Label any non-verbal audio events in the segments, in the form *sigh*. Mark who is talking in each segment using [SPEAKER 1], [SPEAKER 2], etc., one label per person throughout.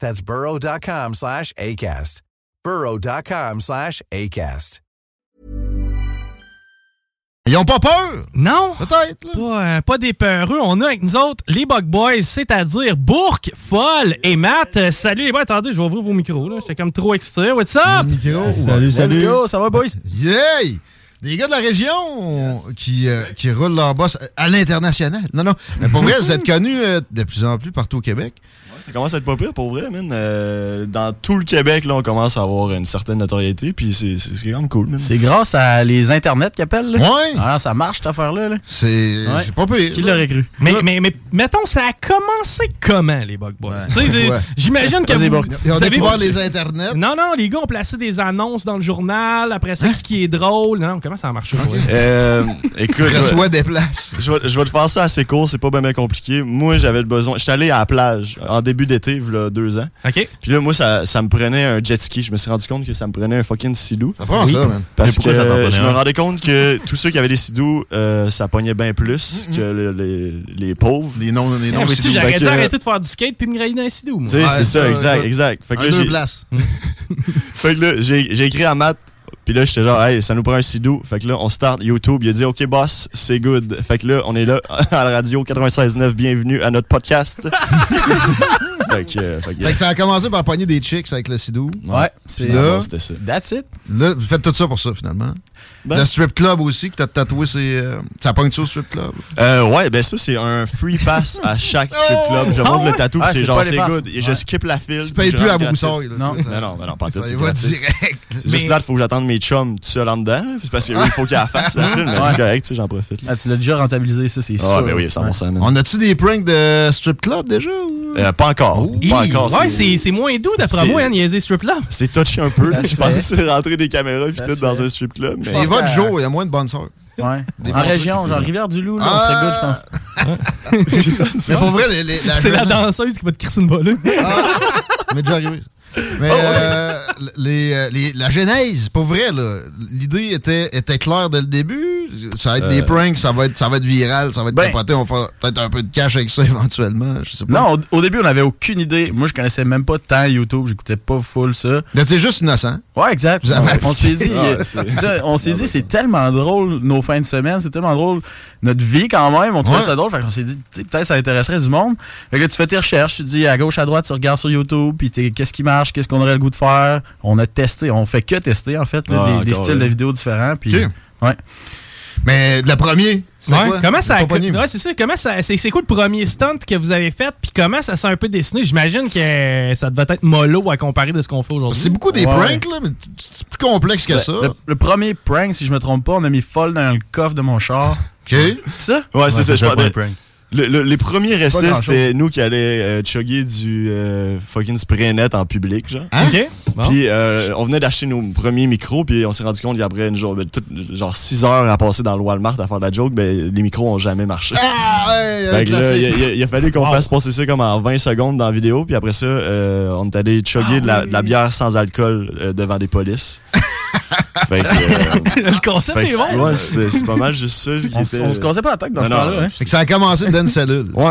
[SPEAKER 1] That's burrow.com slash ACAST. burrow.com slash ACAST.
[SPEAKER 2] Ils ont pas peur!
[SPEAKER 3] Non?
[SPEAKER 2] Peut-être, là.
[SPEAKER 3] Pas, euh, pas des peureux. On a avec nous autres les Bug Boys, c'est-à-dire Bourque, Folle et Matt. Euh, Salut les boys. Attendez, je vais ouvrir vos micros. là. J'étais comme trop excité. What's up?
[SPEAKER 2] Micro.
[SPEAKER 4] Let's go, ça va, boys?
[SPEAKER 2] Yay! Les gars de la région qui, euh, qui roulent leur boss à l'international. Non, non. Mais pour vrai, vous êtes connus euh, de plus en plus partout au Québec.
[SPEAKER 4] Ça commence à être pas pire, pour vrai, man. Euh, dans tout le Québec, là, on commence à avoir une certaine notoriété, puis c'est c'est- c'est quand même cool, man.
[SPEAKER 5] C'est grâce à les internets qu'ils appellent, là?
[SPEAKER 2] Ouais.
[SPEAKER 3] Ah.
[SPEAKER 5] Alors, Ah ça marche, cette affaire-là, là.
[SPEAKER 2] C'est
[SPEAKER 5] Ouais.
[SPEAKER 2] c'est pas pire.
[SPEAKER 5] Qui l'aurait cru?
[SPEAKER 3] Mais, mais, mais mettons, ça a commencé comment, les Bug Boys? Tu
[SPEAKER 2] *laughs*
[SPEAKER 3] sais, j'ai-
[SPEAKER 2] Ouais.
[SPEAKER 3] J'imagine que
[SPEAKER 5] Vas-y,
[SPEAKER 3] vous,
[SPEAKER 5] Bourque.
[SPEAKER 2] Ils ont
[SPEAKER 3] vous avez-
[SPEAKER 2] découvert les internets.
[SPEAKER 3] Non, non, les gars ont placé des annonces dans le journal. Après
[SPEAKER 2] Hein?
[SPEAKER 3] ça, qui, qui est drôle? Non, comment ça a marché? pour vous?
[SPEAKER 4] Euh, écoute, je,
[SPEAKER 2] Ils
[SPEAKER 4] vais-
[SPEAKER 2] reçoivent des places.
[SPEAKER 4] je vais, je vais te faire ça assez court, c'est pas bien compliqué. Moi, j'avais le besoin. J'étais allé à la plage en début d'été, il deux ans.
[SPEAKER 3] OK.
[SPEAKER 4] Puis là, moi, ça, ça me prenait un jet ski. Je me suis rendu compte que ça me prenait un fucking silou.
[SPEAKER 2] Ça prend ça, man.
[SPEAKER 4] Parce que
[SPEAKER 6] pourquoi ça t'en prenait
[SPEAKER 4] je me
[SPEAKER 6] un?
[SPEAKER 4] rendais compte que tous ceux qui avaient des sidous, euh, ça pognait bien plus que le- les, les pauvres.
[SPEAKER 2] Les noms, les
[SPEAKER 3] Eh,
[SPEAKER 2] noms.
[SPEAKER 3] mais
[SPEAKER 2] c'est
[SPEAKER 3] tu sais,
[SPEAKER 2] des-
[SPEAKER 3] j'aurais
[SPEAKER 4] fait
[SPEAKER 3] dû
[SPEAKER 4] que-
[SPEAKER 3] arrêter de faire du skate puis me grailler dans les sidous, moi.
[SPEAKER 4] Tu sais,
[SPEAKER 2] Ouais,
[SPEAKER 4] c'est ça,
[SPEAKER 2] ça,
[SPEAKER 4] exact,
[SPEAKER 2] ça.
[SPEAKER 4] exact. Fait que
[SPEAKER 2] Un,
[SPEAKER 4] là,
[SPEAKER 2] deux
[SPEAKER 4] j'ai-
[SPEAKER 2] places.
[SPEAKER 4] Fait que là, j'ai j'ai écrit à Matt. Puis là, j'étais genre, hey, ça nous prend un sidou. Fait que là, on start YouTube. Il a dit, OK, boss, c'est good. Fait que là, on est là *laughs* à la radio 96.9. Bienvenue à notre
[SPEAKER 2] *laughs*
[SPEAKER 4] podcast. fait que, euh, fait que,
[SPEAKER 2] Fait que ça a commencé par pogner des chicks avec le sidou.
[SPEAKER 5] Ouais, c'est
[SPEAKER 2] Puis là-
[SPEAKER 4] non, euh, c'était ça.
[SPEAKER 5] That's it.
[SPEAKER 2] Là, vous faites tout ça pour ça, finalement.
[SPEAKER 4] Ben.
[SPEAKER 2] Le strip club aussi, que t'as tatoué, c'est. euh, ça pogne sur le strip club.
[SPEAKER 4] Euh, ouais, ben ça, c'est un free pass à chaque strip club. Je
[SPEAKER 3] Ah
[SPEAKER 4] montre
[SPEAKER 3] ouais?
[SPEAKER 4] le tatou,
[SPEAKER 5] Ah,
[SPEAKER 4] puis c'est
[SPEAKER 5] c'est
[SPEAKER 4] genre,
[SPEAKER 5] pas les
[SPEAKER 4] c'est
[SPEAKER 5] passes.
[SPEAKER 4] good. Et Je
[SPEAKER 5] Ouais.
[SPEAKER 4] skip la file.
[SPEAKER 2] Tu payes
[SPEAKER 4] puis je
[SPEAKER 2] plus à
[SPEAKER 4] rentre gratis.
[SPEAKER 2] Broussailles. là.
[SPEAKER 5] Non.
[SPEAKER 4] Non, non, ben non, pas en tout.
[SPEAKER 2] Ça y
[SPEAKER 4] c'est
[SPEAKER 2] va
[SPEAKER 4] gratis.
[SPEAKER 2] direct.
[SPEAKER 4] C'est Juste
[SPEAKER 3] Mais-
[SPEAKER 4] là, il faut que j'attende mes chums tout seul en dedans. là, C'est
[SPEAKER 5] *laughs*
[SPEAKER 4] parce qu'il faut qu'ils la fassent la file. Mais
[SPEAKER 5] Ouais.
[SPEAKER 4] c'est correct, tu sais, j'en profite. là.
[SPEAKER 5] Ah, tu l'as déjà rentabilisé, ça, c'est sûr.
[SPEAKER 4] Ah, ben oui, ça va, ça, man.
[SPEAKER 2] On a-tu des pranks de strip club déjà? ou-
[SPEAKER 4] Euh, Pas encore. Pas encore.
[SPEAKER 3] Ouais, c'est c'est moins doux d'après
[SPEAKER 4] c'est-
[SPEAKER 3] moi, hein, niaiser strip
[SPEAKER 2] *laughs*
[SPEAKER 3] là.
[SPEAKER 4] C'est touché un peu,
[SPEAKER 5] Ça
[SPEAKER 4] je
[SPEAKER 5] se
[SPEAKER 4] pense, rentrer des caméras puis
[SPEAKER 5] Ça
[SPEAKER 4] tout
[SPEAKER 5] se
[SPEAKER 4] dans
[SPEAKER 5] fait.
[SPEAKER 4] un strip club. Mais...
[SPEAKER 2] C'est
[SPEAKER 5] pense
[SPEAKER 2] votre
[SPEAKER 5] que-
[SPEAKER 2] jour, il y a moins de bonnes sœurs.
[SPEAKER 5] Ouais.
[SPEAKER 2] bons
[SPEAKER 5] En région,
[SPEAKER 2] trucs,
[SPEAKER 5] genre
[SPEAKER 2] tu
[SPEAKER 5] Rivière-du-Loup, là, on
[SPEAKER 2] Ah!
[SPEAKER 5] serait good, je
[SPEAKER 4] *laughs*
[SPEAKER 5] pense.
[SPEAKER 2] Mais pour vrai, les- les- la
[SPEAKER 3] C'est la
[SPEAKER 2] jeune-
[SPEAKER 3] danseuse qui va te crisser une volée.
[SPEAKER 2] Mais déjà arrivé. Mais euh, les, euh, les- la genèse, pour vrai, là, l'idée était, était claire dès le début. Ça va être des pranks, ça va être, ça va être viral, ça va être capoté. On va faire peut-être un peu de cash avec ça *laughs* éventuellement. Je sais pas.
[SPEAKER 5] Non, au, au début, on n'avait aucune idée. Moi, je connaissais même pas tant YouTube, j'écoutais pas full ça.
[SPEAKER 2] Là, c'est juste innocent.
[SPEAKER 5] Ouais, exact.
[SPEAKER 2] Vous avez
[SPEAKER 5] On- On s'est dit, euh,
[SPEAKER 4] Ah, c'est-
[SPEAKER 5] tu sais, on s'est dit, c'est tellement drôle nos fins de semaine, c'est tellement drôle notre vie quand même. On trouvait
[SPEAKER 2] Ouais.
[SPEAKER 5] ça drôle, fait qu'on s'est dit, tu sais, peut-être ça intéresserait du monde. Fait que là, tu fais tes recherches, tu dis à gauche, à droite, tu regardes sur YouTube, puis t'es- qu'est-ce qui marche, qu'est-ce qu'on aurait le goût de faire. On a testé, on fait que tester en fait là,
[SPEAKER 4] Ah,
[SPEAKER 5] des, des
[SPEAKER 4] encore,
[SPEAKER 5] styles
[SPEAKER 4] là.
[SPEAKER 5] de vidéos différents. Puis
[SPEAKER 2] Ok.
[SPEAKER 5] ouais.
[SPEAKER 2] Mais le premier, c'est
[SPEAKER 3] Ouais,
[SPEAKER 2] quoi?
[SPEAKER 3] comment ça
[SPEAKER 2] Pas
[SPEAKER 3] a
[SPEAKER 2] pogné.
[SPEAKER 3] ouais, c'est ça, comment ça c'est c'est quoi le premier stunt que vous avez fait puis comment ça s'est un peu dessiné J'imagine que ça devait être mollo à comparer de ce qu'on fait aujourd'hui.
[SPEAKER 2] C'est beaucoup des
[SPEAKER 5] Ouais. Ben,
[SPEAKER 2] pranks, là, mais t- t- c'est plus complexe que ça.
[SPEAKER 5] Le, le premier prank, si je me trompe pas, on a mis folle dans le coffre de mon char.
[SPEAKER 2] OK.
[SPEAKER 5] C'est ça?
[SPEAKER 4] Ouais, c'est ça, je
[SPEAKER 6] pas
[SPEAKER 4] parlais.
[SPEAKER 6] un prank.
[SPEAKER 4] Le- le- les premiers essais,
[SPEAKER 5] grand-chose.
[SPEAKER 4] c'était nous qui allions euh, chugger du euh, fucking spray net en public, genre.
[SPEAKER 2] Hein?
[SPEAKER 3] OK. Bon.
[SPEAKER 4] Puis euh, on venait d'acheter nos premiers micros, puis on s'est rendu compte qu'après une jour, ben, tout- genre 6 heures à passer dans le Walmart à faire de la joke, ben, les micros ont jamais marché.
[SPEAKER 2] Ah, ouais,
[SPEAKER 4] Fait
[SPEAKER 2] un
[SPEAKER 4] que là, il
[SPEAKER 2] classique.
[SPEAKER 4] a, il a- il a fallu qu'on fasse passer ça comme en 20 secondes dans la vidéo, puis après ça, euh, on est allé chugger
[SPEAKER 3] Ah
[SPEAKER 4] de, la, de la bière sans alcool euh, devant des
[SPEAKER 3] *laughs*
[SPEAKER 4] polices. fait que, euh,
[SPEAKER 3] le concept
[SPEAKER 4] fait que
[SPEAKER 3] est
[SPEAKER 4] c'est-
[SPEAKER 3] bon.
[SPEAKER 4] ouais, c'est c'est pas mal juste ça. qui
[SPEAKER 5] On, s-
[SPEAKER 4] était-
[SPEAKER 5] on se cassait pas la tête dans
[SPEAKER 4] Non,
[SPEAKER 5] ce
[SPEAKER 4] non,
[SPEAKER 5] temps-là. hein.
[SPEAKER 2] Fait que ça a commencé dans une cellule.
[SPEAKER 4] Ouais, ouais,